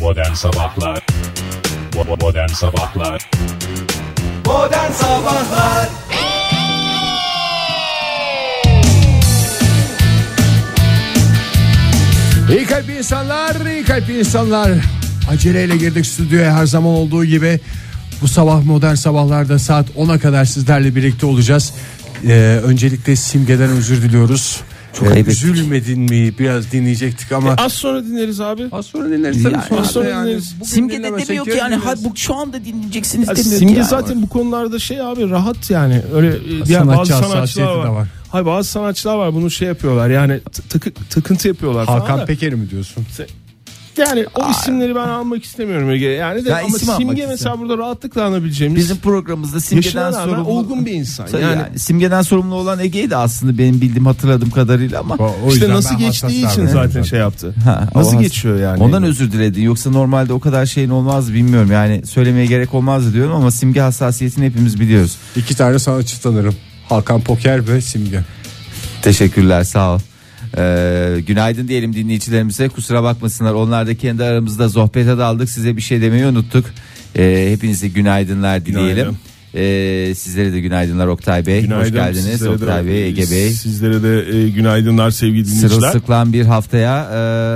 Modern Sabahlar Bo- Modern Sabahlar Modern Sabahlar İyi kalp insanlar, iyi kalp insanlar. Aceleyle girdik stüdyoya her zaman olduğu gibi. Bu sabah modern sabahlarda saat 10'a kadar sizlerle birlikte olacağız. Ee, öncelikle Simge'den özür diliyoruz. Çok ayıp ettik. üzülmedin mi biraz dinleyecektik ama Az sonra dinleriz abi. az sonra dinleriz tabii. Yani sonra az sonra yani. dinleriz. Bugün Simge de dinlemesek demiyor ki yarın yani dinleriz. ha, bu şu anda dinleyeceksiniz demiyor ki Simge yani. zaten bu konularda şey abi rahat yani. Öyle e, diğer Sanatçı bazı sanatçılar hassasiyeti var. de var. Hayır bazı sanatçılar var bunu şey yapıyorlar yani tı- tıkı- tıkıntı yapıyorlar falan Hakan da. Peker'i mi diyorsun? Yani o isimleri ben almak istemiyorum Ege. Yani de Ya ama isim almak Simge mesela istiyorum. burada rahatlıkla anabileceğimiz. Bizim programımızda Simge'den yaşına rağmen sorumlu olgun bir insan. Tabii Yani, yani. Simge'den sorumlu olan Ege'ydi aslında benim bildiğim hatırladığım kadarıyla ama O- o işte yüzden nasıl ben geçtiği hassas için davranıyorum zaten şey yaptı. Ha, o nasıl has- geçiyor yani? Ondan özür diledin yoksa normalde o kadar şeyin olmaz bilmiyorum yani söylemeye gerek olmaz diyorum ama Simge hassasiyetini hepimiz biliyoruz. İki tane sanatçı tanırım. Hakan Poker ve Simge. Teşekkürler sağ ol. Ee, günaydın diyelim dinleyicilerimize kusura bakmasınlar onlar da kendi aramızda sohbete daldık size bir şey demeyi unuttuk. Ee, hepinize günaydınlar dileyelim. Günaydın. Ee, sizlere de günaydınlar Oktay Bey. Hoş Günaydın geldiniz sizlere de- Oktay Bey, Ege Bey. Sizlere de e, günaydınlar sevgili dinleyiciler. Sırılsıklam bir haftaya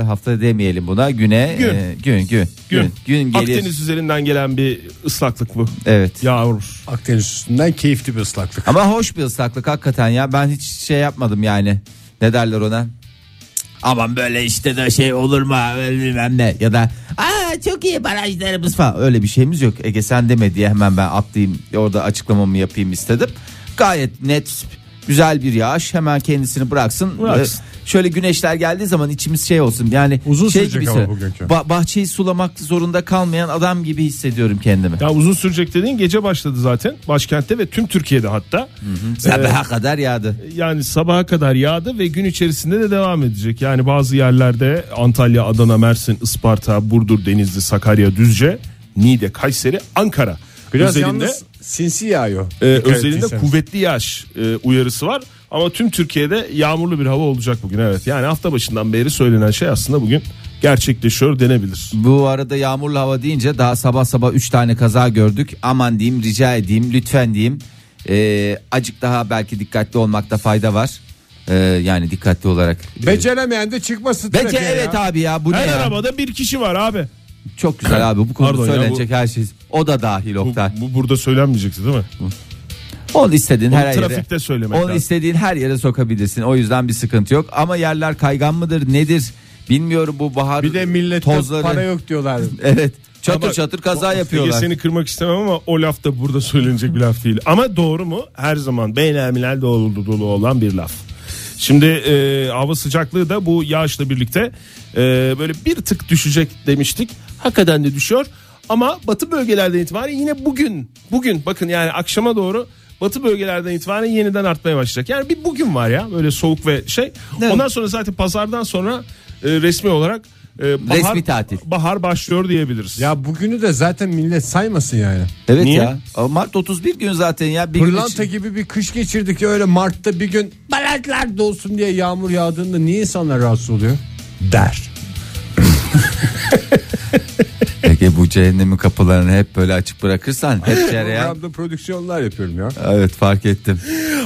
e, hafta demeyelim buna güne Gün. e, gün gün Gün. gün gelir. Akdeniz üzerinden gelen bir ıslaklık bu. Evet. Yağmur. Akdeniz üstünden keyifli bir ıslaklık. Ama hoş bir ıslaklık hakikaten ya ben hiç şey yapmadım yani. Ne derler ona? Cık, Aman böyle işte de şey olur mu bilmem ne ya da aa çok iyi barajlarımız falan öyle bir şeyimiz yok. Ege sen deme diye hemen ben atlayayım orada açıklamamı yapayım istedim. Gayet net güzel bir yağış hemen kendisini bıraksın. Bıraksın. Ee, Şöyle güneşler geldiği zaman içimiz şey olsun yani Uzun şey sürecek gibi ama hisse- bugünkü. Ba- bahçeyi sulamak zorunda kalmayan adam gibi hissediyorum kendimi. Ya uzun sürecek dediğin gece başladı zaten başkentte ve tüm Türkiye'de hatta. Ee, Sabaha kadar yağdı. Yani sabaha kadar yağdı ve gün içerisinde de devam edecek. Yani bazı yerlerde Antalya, Adana, Mersin, Isparta, Burdur, Denizli, Sakarya, Düzce, Niğde, Kayseri, Ankara. Biraz özelinde yalnız sinsi yağıyor. e, Dikkat özelinde ettiyseniz. kuvvetli yağış e, uyarısı var. Ama tüm Türkiye'de yağmurlu bir hava olacak bugün evet. Yani hafta başından beri söylenen şey aslında bugün gerçekleşiyor denebilir. Bu arada yağmurlu hava deyince daha sabah sabah 3 tane kaza gördük. Aman diyeyim rica edeyim lütfen diyeyim. Ee, acık daha belki dikkatli olmakta fayda var. Ee, yani dikkatli olarak. Beceremeyen de çıkmasın. Bence trafiğe ya. evet abi ya bu ne Her ya? arabada bir kişi var abi. Çok güzel abi bu konuda Pardon ya, söylenecek her şey. O da dahil Bu, Oktay. bu burada söylenmeyecekti değil mi? Onu istediğin Onu her yere. trafikte söylemek Onu lazım. istediğin her yere sokabilirsin. O yüzden bir sıkıntı yok. Ama yerler kaygan mıdır nedir bilmiyorum bu bahar Bir de millette tozları. para yok diyorlar. Evet. Çatır Ama çatır kaza Ege, yapıyorlar. seni kırmak istemem ama o laf da burada söylenecek bir laf değil. Ama doğru mu? Her zaman beynelmilel doğruluğu dolu olan bir laf. Şimdi e, hava sıcaklığı da bu yağışla birlikte e, böyle bir tık düşecek demiştik. Hakikaten de düşüyor. Ama batı bölgelerden itibaren yine bugün, bugün bakın yani akşama doğru batı bölgelerden itibaren yeniden artmaya başlayacak. Yani bir bugün var ya böyle soğuk ve şey. Evet. Ondan sonra zaten pazardan sonra e, resmi olarak e, bahar, Resmi tatil. bahar başlıyor diyebiliriz. Ya bugünü de zaten millet saymasın yani. Evet Niye? ya. Ama Mart 31 gün zaten ya. Bir gün Pırlanta için- gibi bir kış geçirdik ya öyle Mart'ta bir gün barajlar dolsun diye yağmur yağdığında niye insanlar rahatsız oluyor? Der. Ege bu cehennemin kapılarını hep böyle açık bırakırsan hep cereyan. Programda prodüksiyonlar yapıyorum ya. Evet fark ettim.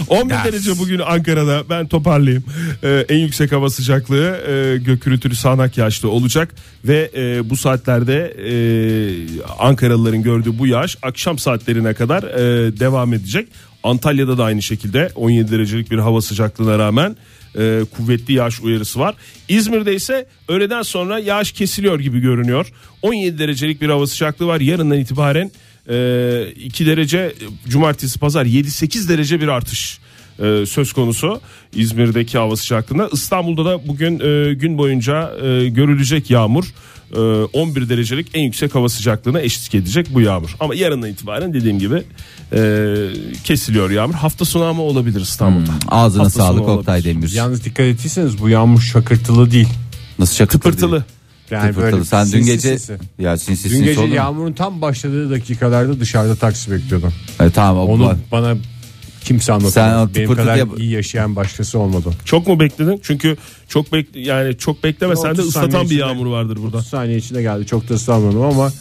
11 Ya. derece bugün Ankara'da ben toparlayayım. Ee, en yüksek hava sıcaklığı e, gök gürültülü sağanak yağışlı olacak ve e, bu saatlerde e, Ankaralıların gördüğü bu yağış akşam saatlerine kadar e, devam edecek. Antalya'da da aynı şekilde 17 derecelik bir hava sıcaklığına rağmen e, kuvvetli yağış uyarısı var. İzmir'de ise öğleden sonra yağış kesiliyor gibi görünüyor. 17 derecelik bir hava sıcaklığı var. Yarından itibaren 2 derece e, cumartesi pazar 7-8 derece bir artış e, söz konusu İzmir'deki hava sıcaklığında. İstanbul'da da bugün e, gün boyunca e, görülecek yağmur e, 11 derecelik en yüksek hava sıcaklığına eşlik edecek bu yağmur. Ama yarından itibaren dediğim gibi e, kesiliyor yağmur. Hafta sonu ama olabilir Hmm. İstanbul'da. Ağzına Hafta sonu sağlık olabilir. Oktay Demir. Yalnız dikkat ettiyseniz bu yağmur şakırtılı değil. Nasıl şakırtı Pırtılı. değil? Tıpırtılı. Sen dün sinsi gece sinsi. ya sinsi Dün sinsi gece olur mu? yağmurun tam başladığı dakikalarda dışarıda taksi bekliyordum. E, tamam o Onu var. bana Kimse anlatamadı. Sen anlattın, Benim pırtık kadar yap- iyi yaşayan başkası olmadı. Çok mu bekledin? Çünkü çok bek yani çok beklemesen de 30 saniye ıslatan bir içinde. yağmur vardır burada. 30 saniye içinde geldi. Çok da ıslanmadım ama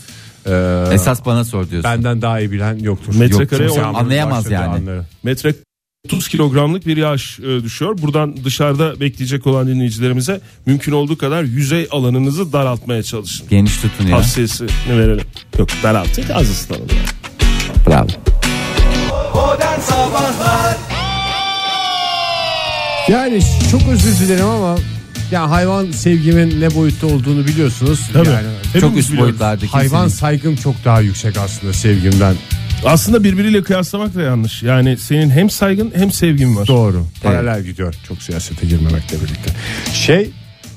e, Esas bana sor diyorsun. benden daha iyi bilen yoktur. Metrekareye kimse on- anlamıyor anlayamaz başladığı yani. anları. Metre 30 kilogramlık bir yağış e, düşüyor. Buradan dışarıda bekleyecek olan dinleyicilerimize mümkün olduğu kadar yüzey alanınızı daraltmaya çalışın. Geniş tutun ya. Tavsiyesini verelim. Yok daraltın az ıslanın. yani. Bravo. Modern Sabahlar Yani çok özür dilerim ama ya hayvan sevgimin ne boyutta olduğunu biliyorsunuz. Yani Hepimiz Çok üst biliyoruz. boyutlardaki hayvan insanız. saygım çok daha yüksek aslında sevgimden. Aslında birbiriyle kıyaslamak da yanlış. Yani senin hem saygın hem sevgin var. Doğru. Paralel gidiyor. Çok siyasete girmemekle birlikte. Şey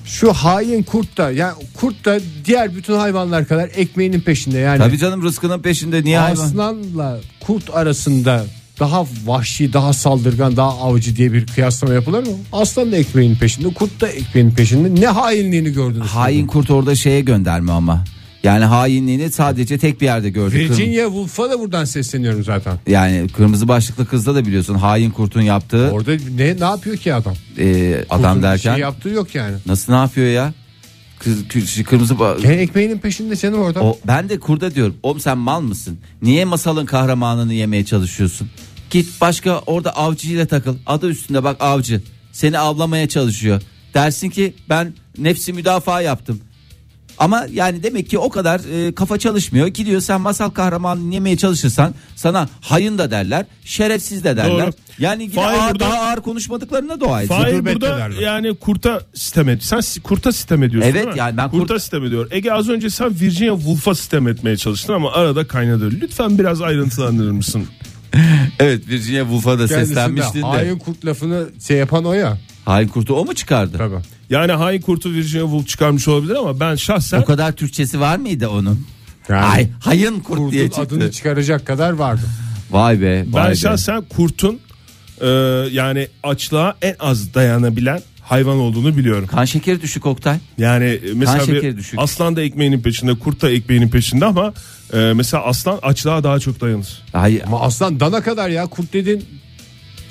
şu hain kurt da yani kurt da diğer bütün hayvanlar kadar ekmeğinin peşinde yani. Tabii canım rızkının peşinde niye hayvan? Aslanla kurt arasında daha vahşi, daha saldırgan, daha avcı diye bir kıyaslama yapılır mı? Aslan da ekmeğinin peşinde, kurt da ekmeğinin peşinde. Ne hainliğini gördünüz? Hain kurt orada şeye gönderme ama. Yani hainliğini sadece tek bir yerde gördük. Kırm- Virginia Woolf'a da buradan sesleniyorum zaten. yani kırmızı başlıklı kızda da biliyorsun hain kurtun yaptığı Orada ne ne yapıyor ki adam? e, Kurtun adam bir derken şey yaptığı yok yani. nasıl ne yapıyor ya? Kız, kız- kırmızı ba- E, ekmeğinin peşinde canım orada. O, ben de kurda diyorum. Oğlum sen mal mısın? Niye masalın kahramanını yemeye çalışıyorsun? Git başka orada avcıyla takıl. Adı üstünde bak avcı. Seni avlamaya çalışıyor. Dersin ki ben nefsi müdafaa yaptım. Ama yani demek ki o kadar e, kafa çalışmıyor. Gidiyor sen masal kahramanını yemeye çalışırsan sana hayın da derler, şerefsiz de derler. Doğru. Yani yine Fahir ağır, burada- daha ağır konuşmadıklarına dua etsin. Fahir Rutubet burada ederler. yani kurta sistem et. Sen si- kurta sistem ediyorsun Evet, değil mi? yani ben kurt- kurta sistem ediyor. Ege az önce sen Virginia Woolf'a sistem etmeye çalıştın ama arada kaynadı. Lütfen biraz ayrıntılandırır mısın? Evet Virginia Woolf'a da Kendisi de seslenmiştin de. Hain kurt lafını şey yapan o ya. Hain kurtu o mu çıkardı? Tabii. Yani hain kurtu Virginia Woolf çıkarmış olabilir ama ben şahsen O kadar Türkçesi var mıydı onun? Yani Ay hayın kurt Kurtun diye çıktı. adını çıkaracak kadar vardı. Vay be. Vay ben be. şahsen kurtun e, yani açlığa en az dayanabilen hayvan olduğunu biliyorum. Kan şekeri düşük Oktay. Yani e, mesela şekeri bir düşük. aslan da ekmeğinin peşinde, kurt da ekmeğinin peşinde ama e, mesela aslan açlığa daha çok dayanır. Hayır. Ama aslan dana kadar ya kurt dedin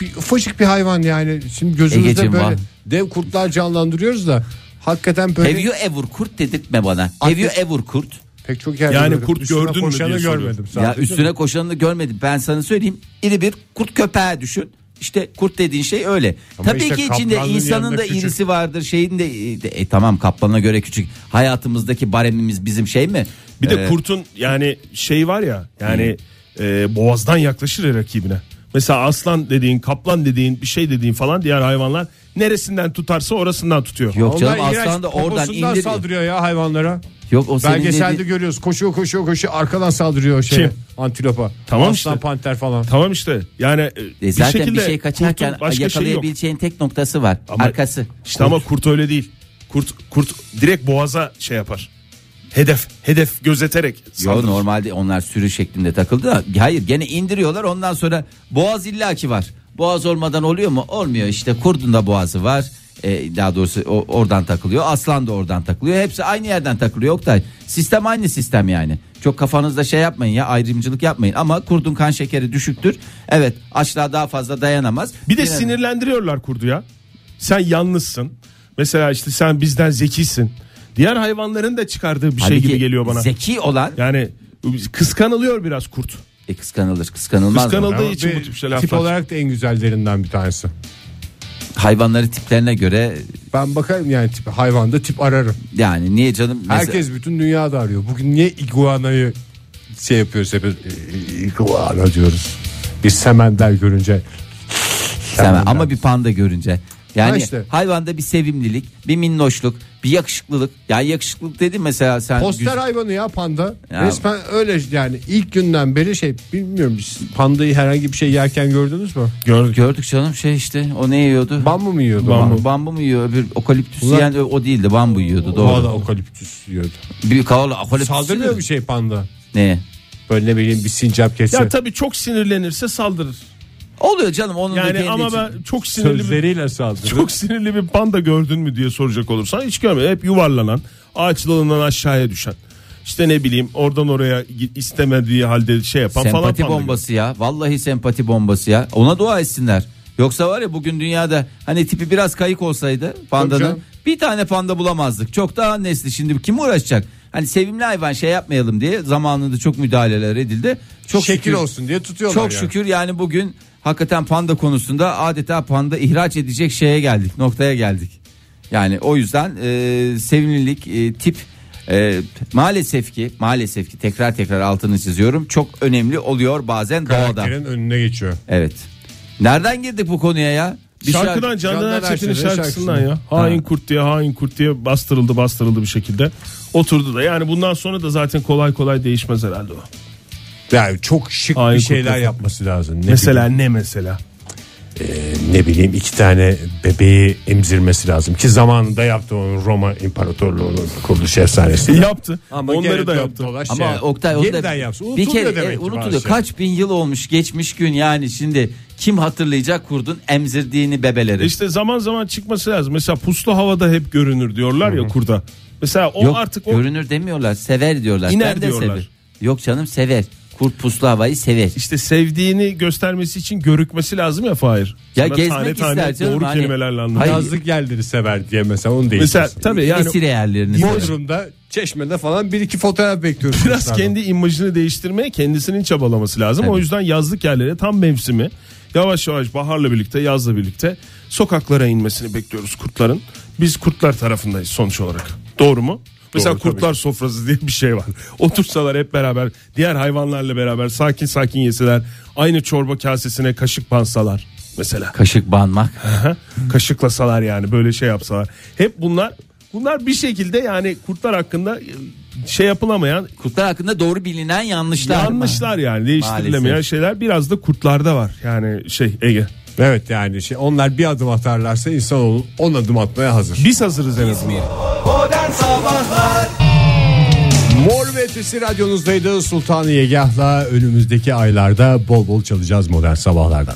bir ufacık bir hayvan yani. Şimdi gözümüzde Egeciğim böyle var. dev kurtlar canlandırıyoruz da hakikaten böyle Have you ever kurt dedirtme bana. Have you ever kurt? pek çok yerde Yani böyle kurt üstüne gördün mü diye koşanı soruyorum. görmedim. Ya sadece. üstüne koşanını görmedim. Ben sana söyleyeyim. İri bir kurt köpeği düşün. İşte kurt dediğin şey öyle. Ama Tabii işte ki içinde kaplanın insanın yanında da küçük. irisi vardır. Şeyin de e, tamam kaplana göre küçük. Hayatımızdaki baremimiz bizim şey mi? Bir de Ee, kurtun yani şey var ya yani e, boğazdan yaklaşır ya rakibine. Mesela aslan dediğin, kaplan dediğin, bir şey dediğin falan diğer hayvanlar neresinden tutarsa orasından tutuyor. Yok Onlar canım iğrenç aslan da oradan poposundan indir. saldırıyor ya hayvanlara. Yok o senin Belgeselde dediğin- görüyoruz. Koşuyor koşuyor koşuyor arkadan saldırıyor o şeye. Kim? Antilopa. Tamam Aslan işte. panter falan. Tamam işte yani e, E zaten bir, şekilde şey kaçarken kurtun başka şeyi yok. yakalayabileceğin tek noktası var. Ama- Arkası. İşte ama kurt öyle değil. Kurt kurt direkt boğaza şey yapar. Hedef hedef gözeterek Yo saldırır. normalde onlar sürü şeklinde takıldı da hayır gene indiriyorlar ondan sonra boğaz illaki var. Boğaz olmadan oluyor mu? Olmuyor işte kurdun da boğazı var. Ee, daha doğrusu o- oradan takılıyor. Aslan da oradan takılıyor. Hepsi aynı yerden takılıyor Oktay. Sistem aynı sistem yani. Çok kafanızda şey yapmayın ya ayrımcılık yapmayın ama kurdun kan şekeri düşüktür. Evet açlığa daha fazla dayanamaz. Bir de şey Yine- sinirlendiriyorlar kurdu ya. Sen yalnızsın. Mesela işte sen bizden zekisin. Diğer hayvanların da çıkardığı bir şey Halbuki gibi geliyor bana. Zeki olan Yani kıskanılıyor biraz kurt. e, kıskanılır kıskanılmaz mı? Kıskanıldığı Ama için bir bu tip şeyler tip laflar. olarak da en güzellerinden bir tanesi. Hayvanları tiplerine göre Ben bakarım yani tip hayvanda tip ararım. yani niye canım mesela- Herkes bütün dünyada arıyor. Bugün niye iguanayı şey yapıyoruz hep e, iguana diyoruz. Bir semender görünce Sen- Tamam, ama bir panda görünce. Ha Yani işte. hayvanda bir sevimlilik, bir minnoşluk, bir yakışıklılık. Yani yakışıklılık dedi mesela sen poster güz- hayvanı ya panda. Ya. Resmen öyle yani ilk günden beri şey bilmiyorum siz pandayı herhangi bir şey yerken gördünüz mü? Gördük. gördük canım şey işte o ne yiyordu? Bambu mu yiyordu? Bambu, bambu mu yiyor? Öbür okaliptüs Ulan- yiyen o değildi. Bambu yiyordu doğru. Koala okaliptüs yiyordu. Bir koala okaliptüs. Saldırmıyor yiyordu. bir şey panda. Ne? Böyle ne bileyim bir sincap Ya kesse. tabii çok sinirlenirse saldırır. Oluyor canım onun da Yani kendi ama için- ben çok sinirli bir, Sözleriyle saldırır. çok sinirli bir panda gördün mü diye soracak olursan hiç görmedim. Hep yuvarlanan, ağaç dalından aşağıya düşen. işte ne bileyim oradan oraya gi- istemediği halde şey yapan falan. Sempati falan. bombası ya. Vallahi sempati bombası ya. Ona dua etsinler. Yoksa var ya bugün dünyada hani tipi biraz kayık olsaydı pandanın canım. bir tane panda bulamazdık. Çok daha nesli şimdi kim uğraşacak? Hani sevimli hayvan şey yapmayalım diye zamanında çok müdahaleler edildi. Çok Şekil şükür- olsun diye tutuyorlar Çok yani. şükür yani bugün hakikaten panda konusunda adeta panda ihraç edecek şeye geldik noktaya geldik. Yani o yüzden e, sevimlilik e, tip e, maalesef ki maalesef ki tekrar tekrar altını çiziyorum çok önemli oluyor bazen doğada. Karakterin önüne geçiyor. Evet. Nereden girdik bu konuya ya? Bir şarkı- Şarkıdan Candan Candan Erçetin'in Erçetin'in şarkısından ya. şarkısından. Hain kurt diye hain kurt diye bastırıldı bastırıldı bir şekilde. Oturdu da yani bundan sonra da zaten kolay kolay değişmez herhalde o. Yani çok şık Ay, bir şeyler kurtarın. yapması lazım. Ne Mesela ne mesela? bileyim, ne bileyim iki tane bebeği emzirmesi lazım ki zamanında yaptı onu Roma İmparatorluğu'nun kuruluş efsanesi. Yaptı. Onları da yaptı. Ama Oktay onu yeniden da yapsın. bir Unutuluyor kere e, demek ki unutuluyor. bazı şey. Kaç bin yıl olmuş geçmiş gün yani şimdi kim hatırlayacak kurdun emzirdiğini bebeleri. İşte zaman zaman çıkması lazım. Mesela puslu havada hep görünür diyorlar ya kurda. Mesela o Yok artık o görünür demiyorlar sever diyorlar. İner ben de diyorlar. severim. Yok canım sever. Kurt puslu havayı sever. işte sevdiğini göstermesi için görükmesi lazım ya Fahir. Ya Sana gezmek ister canım, Doğru hani- kelimelerle anlat. Hayır. Yazlık yerleri sever diye mesela onu değiştirsin. Mesela tabii yani Esir yerlerini sever. Bodrum'da çeşmede falan bir iki fotoğraf bekliyoruz. biraz kendi imajını değiştirmeye kendisinin çabalaması lazım. O Tabii. yüzden yazlık yerlere tam mevsimi yavaş yavaş baharla birlikte yazla birlikte sokaklara inmesini bekliyoruz kurtların. Biz kurtlar tarafındayız sonuç olarak. Doğru mu? Mesela kurtlar sofrası diye bir şey var. Otursalar hep beraber diğer hayvanlarla beraber sakin sakin yeseler aynı çorba kasesine kaşık bansalar mesela. Kaşık banmak. Aha. Kaşıklasalar yani böyle şey yapsalar. Hep bunlar bunlar bir şekilde yani kurtlar hakkında e, şey yapılamayan Kurtlar hakkında doğru bilinen yanlışlar. Yanlışlar yani değiştirilemeyen Maalesef. şeyler biraz da kurtlarda var. Yani şey Ege. Evet yani şey, onlar bir adım atarlarsa insan on adım atmaya hazır. Biz hazırız en azından. Modern Sabahlar Mor ve Ötesi radyonuzdaydı Sultan Yegah'la önümüzdeki aylarda bol bol çalacağız modern sabahlarda.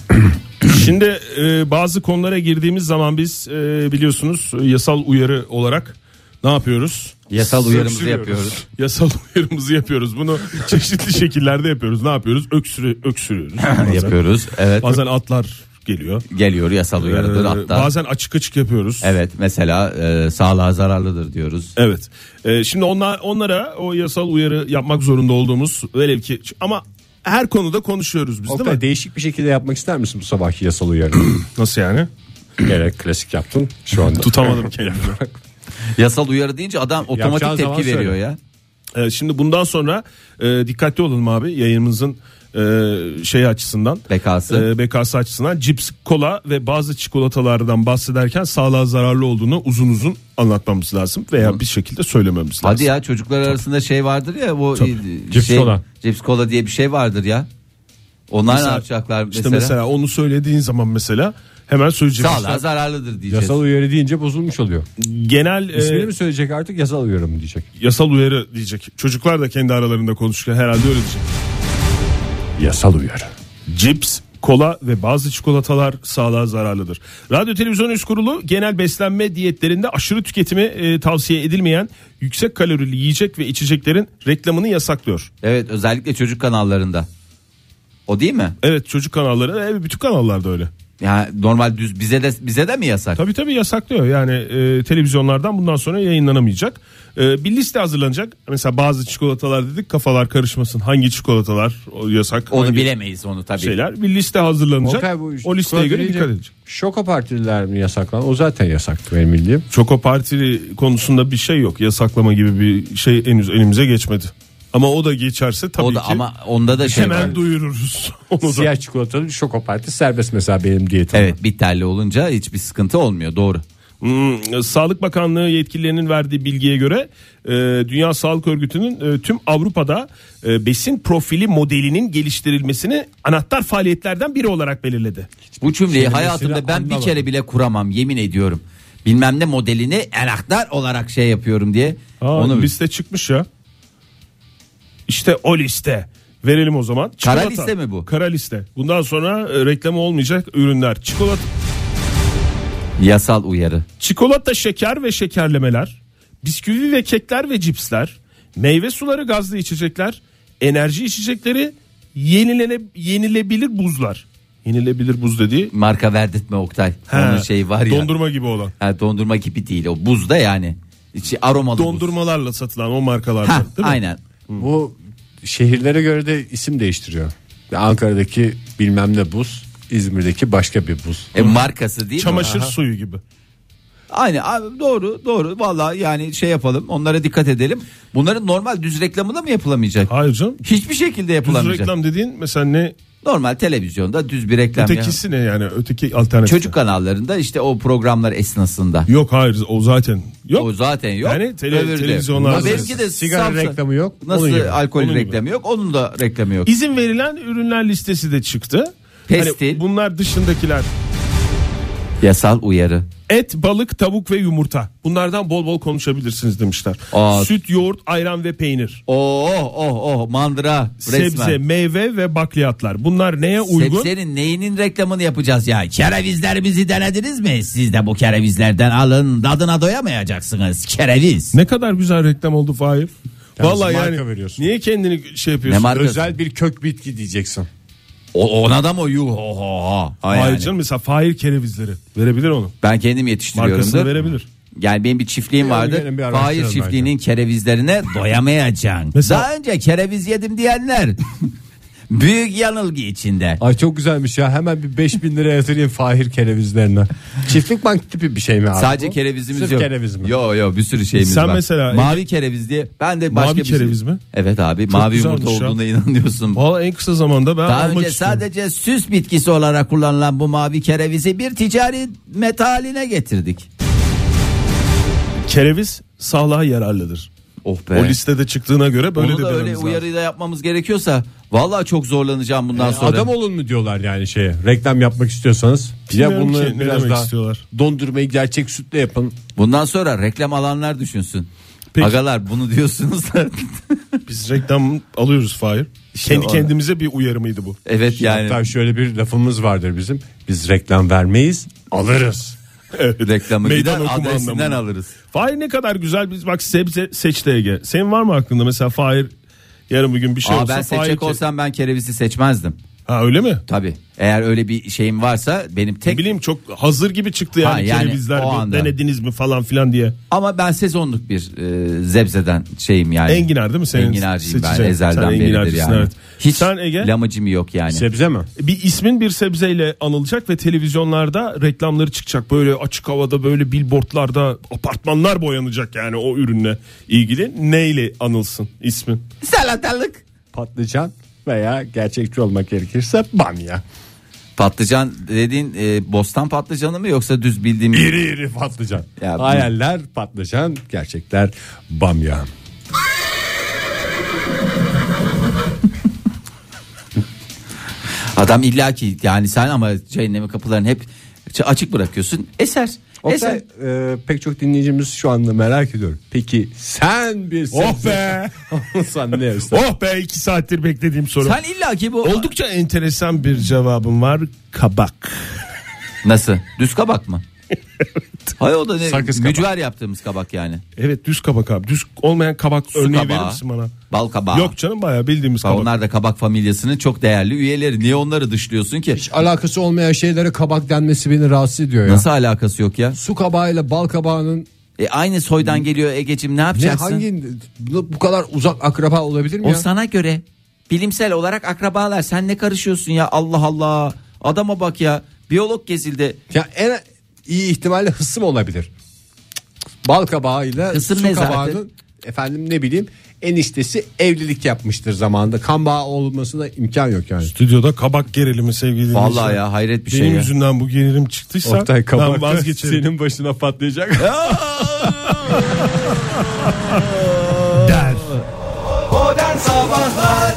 Şimdi e, bazı konulara girdiğimiz zaman biz e, biliyorsunuz e, yasal uyarı olarak ne yapıyoruz? Yasal uyarımızı Öksürüyoruz. yapıyoruz. Yasal uyarımızı yapıyoruz. Bunu çeşitli şekillerde yapıyoruz. Ne yapıyoruz? Öksürü, öksürüyoruz. bazen, Yapıyoruz. Evet. bazen atlar geliyor. Geliyor yasal uyarıdır Ee, hatta. Bazen açık açık yapıyoruz. Evet mesela e, sağlığa zararlıdır diyoruz. Evet. Ee, şimdi onlar onlara o yasal uyarı yapmak zorunda olduğumuz velev ki ama her konuda konuşuyoruz biz değil mi? Oktay değişik bir şekilde yapmak ister misin bu sabahki yasal uyarı? Nasıl yani? Gene klasik yaptın şu anda. Tutamadım kendimi. Yasal uyarı deyince adam otomatik Yapacağın zaman tepki söyle. veriyor ya. Ee, şimdi bundan sonra e, dikkatli olalım abi yayınımızın e, şey açısından. Bekası. e, bekası açısından cips, kola ve bazı çikolatalardan bahsederken sağlığa zararlı olduğunu uzun uzun anlatmamız lazım veya bir şekilde söylememiz lazım. Hadi ya çocuklar arasında şey vardır ya bu e, Cips şey, kola. cips kola diye bir şey vardır ya. Onlar ne yapacaklar İşte mesela? mesela. onu söylediğin zaman mesela hemen söyleyeceksin. Sağlığa zararlıdır diyeceğiz. Yasal uyarı deyince bozulmuş oluyor. Genel e, İsmini mi söyleyecek artık yasal uyarı mı diyecek? yasal uyarı diyecek. Çocuklar da kendi aralarında konuşurken herhalde öyle diyecek. Yasal uyarı. cips, kola ve bazı çikolatalar sağlığa zararlıdır. Radyo Televizyon Üst Kurulu genel beslenme diyetlerinde aşırı tüketimi e, tavsiye edilmeyen yüksek kalorili yiyecek ve içeceklerin reklamını yasaklıyor. Evet özellikle çocuk kanallarında. O değil mi? Evet çocuk kanalları, evet bütün kanallarda öyle. Yani normal düz bize de bize de mi yasak? Tabii tabii yasaklıyor. Yani e, televizyonlardan bundan sonra yayınlanamayacak. E, bir liste hazırlanacak. Mesela bazı çikolatalar dedik kafalar karışmasın. Hangi çikolatalar o yasak? Onu hangi bilemeyiz onu tabii. şeyler. Bir liste hazırlanacak. Oktay bu o listeye göre dikkat edecek. Şoka partililer mi yasaklan? O zaten yasaktı benim bildiğim. Çoko Partili konusunda bir şey yok. Yasaklama gibi bir şey henüz elimize geçmedi. Ama o da geçerse tabii o da ki ama onda da şey hemen var. duyururuz. Onu da. Siyah çikolatalı şoka parti serbest mesela benim diyetim. Evet bitterli olunca hiçbir sıkıntı olmuyor doğru. Hmm, Sağlık Bakanlığı yetkililerinin verdiği bilgiye göre e, Dünya Sağlık Örgütü'nün e, tüm Avrupa'da e, besin profili modelinin geliştirilmesini anahtar faaliyetlerden biri olarak belirledi. Bu cümleyi Kelimesini hayatımda ben bir anlamadım. kere bile kuramam yemin ediyorum. Bilmem ne modelini anahtar olarak şey yapıyorum diye. Aa, onu liste çıkmış ya. İşte o liste. Verelim o zaman. Kara liste mi bu? Kara liste. Bundan sonra e, reklamı olmayacak ürünler. Çikolata yasal uyarı. Çikolata, şeker ve şekerlemeler, bisküvi ve kekler ve cipsler, Meyve suları gazlı içecekler, enerji içecekleri, yenilene, yenilebilir buzlar. Yenilebilir buz dediği Marka verdirtme Oktay. Ha, Onun şeyi şey var ya. Dondurma gibi olan. Ha, dondurma gibi değil o buzda yani. İçi aromalı buz. Dondurmalarla satılan o markalardan Ha, değil mi? aynen. Bu şehirlere göre de isim değiştiriyor. Ankara'daki bilmem ne buz, İzmir'deki başka bir buz. E, markası değil mi? Çamaşır suyu gibi. Aynen abi, doğru doğru valla yani şey yapalım onlara dikkat edelim. Bunların normal düz reklamı da mı yapılamayacak? Hayır canım. Hiçbir şekilde Düz yapılamayacak. reklam dediğin mesela ne? Normal televizyonda düz bir reklam. ya. Ötekisi ne yani? Öteki alternatif. Çocuk kanallarında işte o programlar esnasında. Yok hayır o zaten. Yok. O zaten yok. Yani tele- Öbürü de. televizyonlarda Nasıl- Benimki de Sigara sapsa- reklamı yok. Nasıl Onun gibi. alkol Onun gibi. reklamı yok? Onun da reklamı yok. İzin verilen ürünler listesi de çıktı. Pestil. Hani bunlar dışındakiler. Yasal uyarı. Et, balık, tavuk ve yumurta. Bunlardan bol bol konuşabilirsiniz demişler. Aa. Süt, yoğurt, ayran ve peynir. Oh oh oh mandıra resmen. Sebze, meyve ve bakliyatlar. Bunlar neye uygun? Sebzenin neyinin reklamını yapacağız ya? Kerevizlerimizi denediniz mi? Siz de bu kerevizlerden alın. Dadına doyamayacaksınız. Kereviz. Ne kadar güzel reklam oldu Fahir. Vallahi marka yani veriyorsun. niye kendini şey Ne yapıyorsun? markası? Özel bir kök bitki diyeceksin. O, ona da mı? Yuh. ho, ho, ho. Ha Hayır yani. canım mesela Fahir kerevizleri verebilir onu. Ben kendim Markasını yetiştiriyorum. verebilir. Yani benim bir çiftliğim vardı. gelin bir Fahir araştıralım çiftliğinin kerevizlerine doyamayacaksın. Mesela- Daha önce kereviz yedim diyenler büyük yanılgı içinde. Ay çok güzelmiş ya hemen bir 5000 lira yatırayım Fahir kerevizlerine. Çiftlik bank tipi bir şey mi abi Sadece bu? kerevizimiz Sırf yok. kereviz mi? Yo yo bir sürü şeyimiz Sen var. mesela- mavi kereviz diye ben de başka Mavi bir şey- kereviz mi? Evet abi mavi güzelmiş yumurta ya. olduğuna inanıyorsun. Valla en kısa zamanda ben Daha almak önce istiyorum. sadece süs bitkisi olarak kullanılan bu mavi kerevizi bir ticari metaline getirdik. Kereviz sağlığa yararlıdır. Oh O listede çıktığına göre böyle Onu de da dememiz öyle lazım. uyarıyla yapmamız gerekiyorsa vallahi çok zorlanacağım E, bundan sonra. E, Adam olun mu diyorlar yani şeye reklam yapmak istiyorsanız. ya Bilmiyorum bunları ki ne biraz demek daha istiyorlar. dondurmayı gerçek sütle yapın. Bundan sonra reklam alanlar düşünsün. Peki. Agalar bunu diyorsunuz da Biz reklam alıyoruz Fahir. Kendi o- kendimize bir uyarı mıydı bu? evet yani Hatta şöyle bir lafımız vardır bizim. Biz reklam vermeyiz alırız. reklamı Meydan gider okuma adresinden anlamında. alırız. Fahir ne kadar güzel biz bak sebze seçti Ege. Senin var mı aklında mesela Fahir yarın bugün bir şey Aa, olsa ben Fahir seçecek ki- olsam ben kerevizi seçmezdim. Ha öyle mi? Tabi eğer öyle bir şeyim varsa benim Ne tek bileyim çok hazır gibi çıktı yani, Ha, yani kerevizler o bu, anda. denediniz mi falan filan diye. ama ben sezonluk bir e, zebzeden şeyim yani. Enginar değil mi senin Enginarcıyım ben seçeceğin? Sen ezelden beridir enginarcısın, yani. evet. Hiç Sen Ege? lamıcım yok yani. Sebze mi? Bir ismin bir sebzeyle anılacak ve televizyonlarda reklamları çıkacak. Böyle açık havada böyle billboardlarda apartmanlar boyanacak yani o ürünle ilgili. Neyle anılsın ismin? Salatalık. Patlıcan veya gerçekçi olmak gerekirse bamya. Patlıcan dediğin e, bostan patlıcanı mı yoksa düz bildiğimiz İri iri patlıcan. Ya bu- Hayaller patlıcan, gerçekler bamya. Adam illaki yani sen ama cehennemi kapılarını hep ç- açık bırakıyorsun. Eser. Oktay eser. e, pek çok dinleyicimiz şu anda merak ediyor. Peki sen bir sebze... Oh be! Sen ne yersin? Oh be iki saattir beklediğim soru. Sen illaki bu Oldukça enteresan bir cevabım var. Kabak. nasıl? Düz kabak mı? Hayır o da ne? Sakız kabak. Mücver yaptığımız kabak yani. Evet düz kabak abi. Düz olmayan kabak Su örneği kabağı, verir misin bana? Bal kabağı. Yok canım bayağı bildiğimiz Bak kabak. Onlar da kabak familyasının çok değerli üyeleri. Niye onları dışlıyorsun ki? Alakası olmayan şeylere kabak denmesi beni rahatsız ediyor ya. Nasıl alakası yok ya? Su kabağıyla bal kabağının E, aynı soydan geliyor Egeciğim ne ne yapacaksın? hangi bu bu kadar uzak akraba olabilir mi O ya? sana göre bilimsel olarak akrabalar. Sen ne karışıyorsun ya Allah Allah. Adama bak ya. Biyolog gezildi. Ya en İyi ihtimalle hısım olabilir. Bal kabağıyla Hısım su ne zaten? kabağının efendim ne bileyim eniştesi evlilik yapmıştır zamanında. Kan bağı olmasına imkan yok yani. Stüdyoda kabak gerilimi sevgili Vallahi dinleyiciler. ya hayret bir şey Benim ya. yüzümden bu gerilim çıktıysa Oktay ben kabak vazgeçerim. senin başına patlayacak. Modern Sabahlar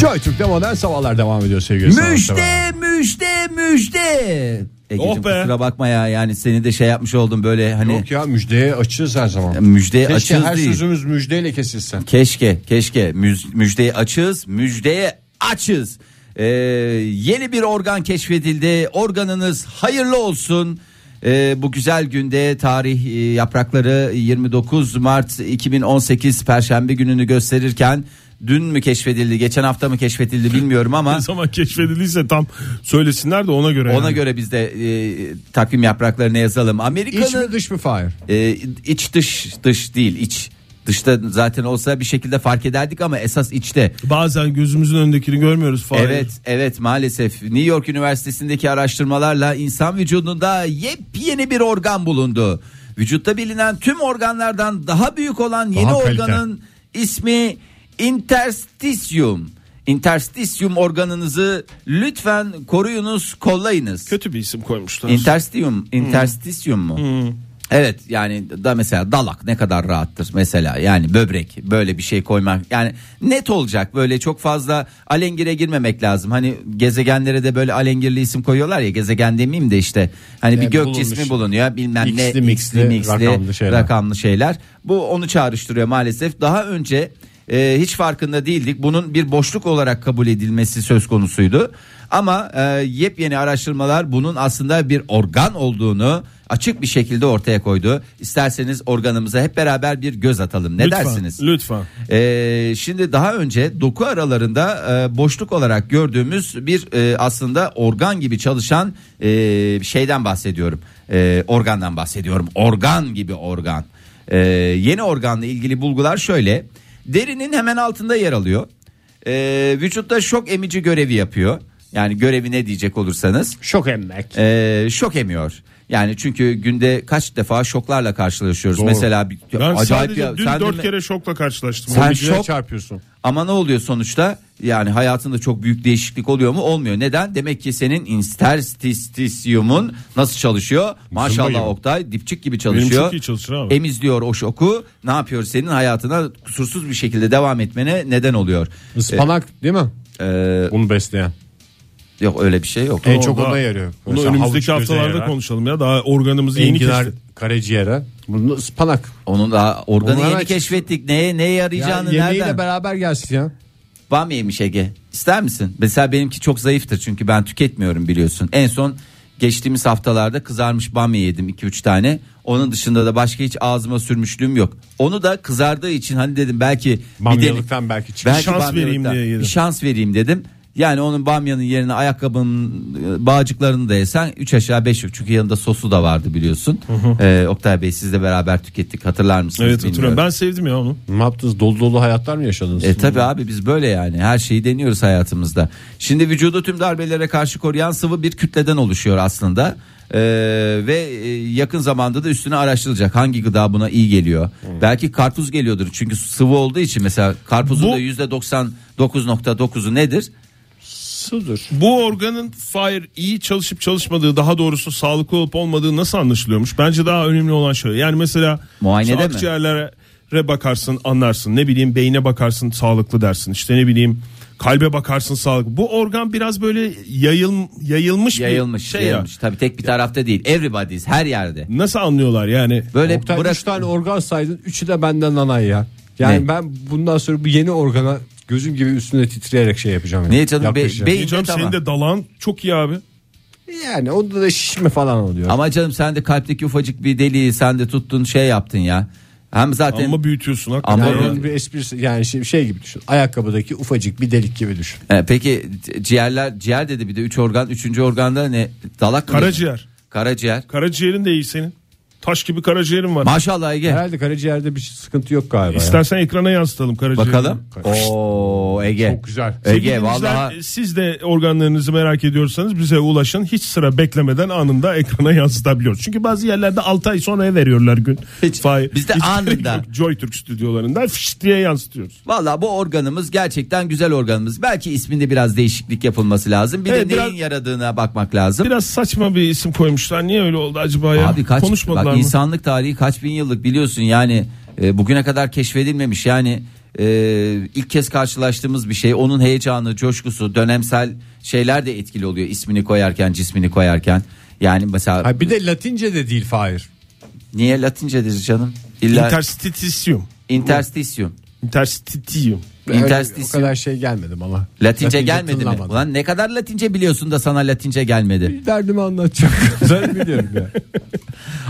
Joy Türk'te modern sabahlar devam ediyor sevgili sanatsever. Müjde müjde müjde. Egeciğim Oh be. kusura bakma ya yani seni de şey yapmış oldum böyle hani Yok ya müjdeye açığız her zaman. müjdeye Keşke açığız her değil. sözümüz müjdeyle kesilse. Keşke keşke müz- müjdeyi açığız müjdeye açız. Ee, yeni bir organ keşfedildi organınız hayırlı olsun. Ee, bu güzel günde tarih e, yaprakları 29 Mart 2018 Perşembe gününü gösterirken dün mü keşfedildi geçen hafta mı keşfedildi bilmiyorum ama Ne zaman keşfedildiyse tam söylesinler de ona göre. ona yani. göre biz de e, takvim yapraklarını yazalım. İç Amerika'nın mi dış mı Fahir? e, iç dış dış değil iç dışta zaten olsa bir şekilde fark ederdik ama esas içte. Bazen gözümüzün önündekini görmüyoruz falan. Evet evet maalesef New York Üniversitesi'ndeki araştırmalarla insan vücudunda yepyeni bir organ bulundu. Vücutta bilinen tüm organlardan daha büyük olan yeni kalite. organın ismi interstitium. Interstitium organınızı lütfen koruyunuz, kollayınız. Kötü bir isim koymuşlar. Interstitium, Hmm. interstitium mu? Evet yani da mesela dalak ne kadar rahattır mesela yani böbrek böyle bir şey koymak yani net olacak böyle çok fazla alengire girmemek lazım hani gezegenlere de böyle alengirli isim koyuyorlar ya gezegen demeyeyim de işte hani bir gök bulunmuş. cismi bulunuyor bilmem ne X'li, mixli, rakamlı şeyler. rakamlı şeyler bu onu çağrıştırıyor maalesef daha önce e, hiç farkında değildik bunun bir boşluk olarak kabul edilmesi söz konusuydu ama e, yepyeni araştırmalar bunun aslında bir organ olduğunu açık bir şekilde ortaya koydu. İsterseniz organımıza hep beraber bir göz atalım. Ne Lütfen, dersiniz? Lütfen. Ee, şimdi daha önce doku aralarında e, boşluk olarak gördüğümüz bir e, aslında organ gibi çalışan e, şeyden bahsediyorum. E, organdan bahsediyorum. Organ gibi organ. E, yeni organla ilgili bulgular şöyle. Derinin hemen altında yer alıyor. E, vücutta şok emici görevi yapıyor. Yani görevi ne diyecek olursanız. Şok emmek. e, şok emiyor. Yani çünkü günde kaç defa şoklarla karşılaşıyoruz. Mesela bir, Ben sadece ya- dün sen dört dün- kere şokla karşılaştım. Sen Güzel şok çarpıyorsun. ama ne oluyor sonuçta? Yani hayatında çok büyük değişiklik oluyor mu? Olmuyor. Neden? Demek ki senin interstisyumun nasıl çalışıyor? Maşallah gibi. Oktay dipçik gibi Benim çalışıyor. çok iyi çalışır abi. Emizliyor o şoku. Ne yapıyor? Senin hayatına kusursuz bir şekilde devam etmene neden oluyor. Ispanak E, değil mi? Ee, Bunu besleyen. yok öyle bir şey yok. En çok Orada- ona yarıyor. Bunu Mesela havuç önümüzdeki göze haftalarda yarar. konuşalım ya. Daha organımızı yeni Enginar kestik. karaciğere. Bunu ıspanak. Onun da Onu organı hemen yeni çıksın. keşfettik. Neye neye yarayacağını yemeğiyle nereden? beraber gelsin ya. Var mı yemiş Ege? İster misin? Mesela benimki çok zayıftır çünkü ben tüketmiyorum biliyorsun. En son geçtiğimiz haftalarda kızarmış bamya yedim 2-3 tane. Onun dışında da başka hiç ağzıma sürmüşlüğüm yok. Onu da kızardığı için hani dedim belki Bamyalıktan belki çıkar. belki şans vereyim bamyalıktan diye yedim. Bir şans vereyim dedim. Yani onun bamyanın yerine ayakkabının e, bağcıklarını da yesen 3 aşağı 5 yok. Çünkü yanında sosu da vardı biliyorsun. Ee, Oktay Bey sizle beraber tükettik hatırlar mısınız? Evet hatırlıyorum. bilmiyorum. Ben sevdim ya onu. Ne yaptınız? Dolu dolu hayatlar mı yaşadınız? E tabi abi biz böyle yani her şeyi deniyoruz hayatımızda. Şimdi vücudu tüm darbelere karşı koruyan sıvı bir kütleden oluşuyor aslında. Ee, ve e, yakın zamanda da üstüne araştırılacak hangi gıda buna iyi geliyor. Hmm. Belki karpuz geliyordur çünkü sıvı olduğu için mesela karpuzun Bu- da %99.9'u nedir? Sudur. Bu organın fire iyi çalışıp çalışmadığı daha doğrusu sağlıklı olup olmadığı nasıl anlaşılıyormuş? Bence daha önemli olan şöyle. Yani mesela Muayenede işte mi? akciğerlere bakarsın anlarsın. Ne bileyim beyne bakarsın sağlıklı dersin. İşte ne bileyim kalbe bakarsın sağlıklı. Bu organ biraz böyle yayıl, yayılmış, Yayılmış. bir şey yayılmış. Tabii tek bir tarafta değil. Everybody's her yerde. ya. Nasıl anlıyorlar yani? Böyle Oktay bırak- üç tane organ saydın. Üçü de benden anay ya. Yani Ne? ben bundan sonra bu yeni organa gözüm gibi üstüne titreyerek şey yapacağım. yani. Niye canım? Be, Yaklaşacağım. beyinde Hocam tamam. senin de dalağın çok iyi abi. Yani onda da şişme falan oluyor. Ama canım sen de kalpteki ufacık bir deliği sen de tuttun şey yaptın ya. Hem zaten Ama büyütüyorsun Ama- hakikaten. yani Yani onun bir esprisi yani şey, şey gibi düşün. Ayakkabıdaki ufacık bir delik gibi düşün. E, peki ci- ciğerler ciğer dedi bir de 3 organ 3. organda ne dalak mı? Karaciğer. dedi? Karaciğer. Karaciğerin de iyi senin. Taş gibi karaciğerin var. Maşallah Ege. Herhalde karaciğerde bir sıkıntı yok galiba. ya. İstersen ekrana yansıtalım karaciğerini. Bakalım. Oo Ege. Çok güzel. Ege Sevgili vallahi dinleyiciler, e, Siz de organlarınızı merak ediyorsanız bize ulaşın. Hiç sıra beklemeden anında ekrana yansıtabiliyoruz. Çünkü bazı yerlerde 6 ay sonraya veriyorlar gün. Hiç. Fay- Biz de Hiç anında. gerek yok. JoyTürk stüdyolarından fış diye yansıtıyoruz. vallahi bu organımız gerçekten güzel organımız. Belki isminde biraz değişiklik yapılması lazım. Bir Evet, de neyin biraz- yaradığına bakmak lazım. Biraz saçma bir isim koymuşlar. Niye öyle oldu acaba ya? Abi kaç Konuşmadılar bak mı? insanlık tarihi kaç bin yıllık biliyorsun yani e, bugüne kadar keşfedilmemiş yani e, ilk kez karşılaştığımız bir şey onun heyecanı coşkusu dönemsel şeyler de etkili oluyor ismini koyarken cismini koyarken yani mesela Ha, bir de Latince de değil Fahir. niye Latincedir canım illa Interstitium. interstitium Interstitium. Interstisyum. o kadar şey gelmedi bana. Latince, gelmedi mi? tınlamadı. Ulan ne kadar Latince biliyorsun da sana Latince gelmedi. Derdimi anlatacak. Ben biliyorum ya.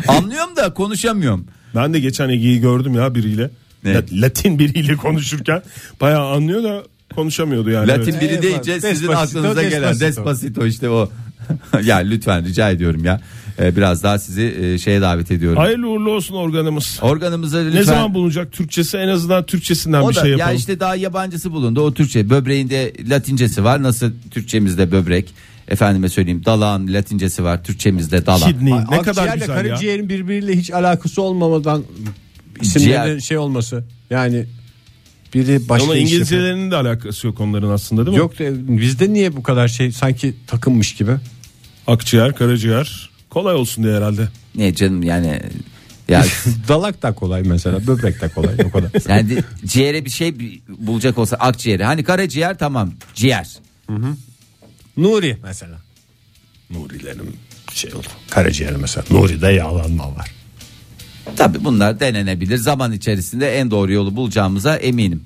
Anlıyorum da konuşamıyorum. Ben de geçen Ege'yi gördüm ya biriyle. Ne? La- Latin biriyle konuşurken bayağı anlıyor da konuşamıyordu yani. Latin Evet. biri deyince sizin Despacito, aklınıza gelen Despacito. Despacito işte o. ya lütfen rica ediyorum ya. Ee, biraz daha sizi e, şeye davet ediyorum. Hayırlı uğurlu olsun organımız. Organımıza lütfen. Ne zaman bulunacak Türkçesi en azından Türkçesinden o bir da şey ya yapalım. işte daha yabancısı bulundu o Türkçe böbreğinde Latincesi var nasıl Türkçemizde böbrek efendime söyleyeyim dalağın Latincesi var Türkçemizde dalak Kidney. ne kadar Akciğerle güzel ya. karaciğerin birbiriyle hiç alakası olmamadan isimlerinin Ciğer. şey olması. Yani biri başka Ama iş yapıyor. İngilizcelerinin de alakası yok onların aslında değil mi? Yok da bizde niye bu kadar şey sanki takınmış gibi. Akciğer, karaciğer kolay olsun diye herhalde. ne canım yani ya Dalak da kolay mesela böbrek de kolay o kadar. yani de- ciğere bir şey bi- bulacak olsa akciğeri hani karaciğer tamam ciğer Nuri mesela. Nurilerim şey oldu. Karaciğer mesela. Nuri'de yağlanma var. Tabii bunlar denenebilir. Zaman içerisinde en doğru yolu bulacağımıza eminim.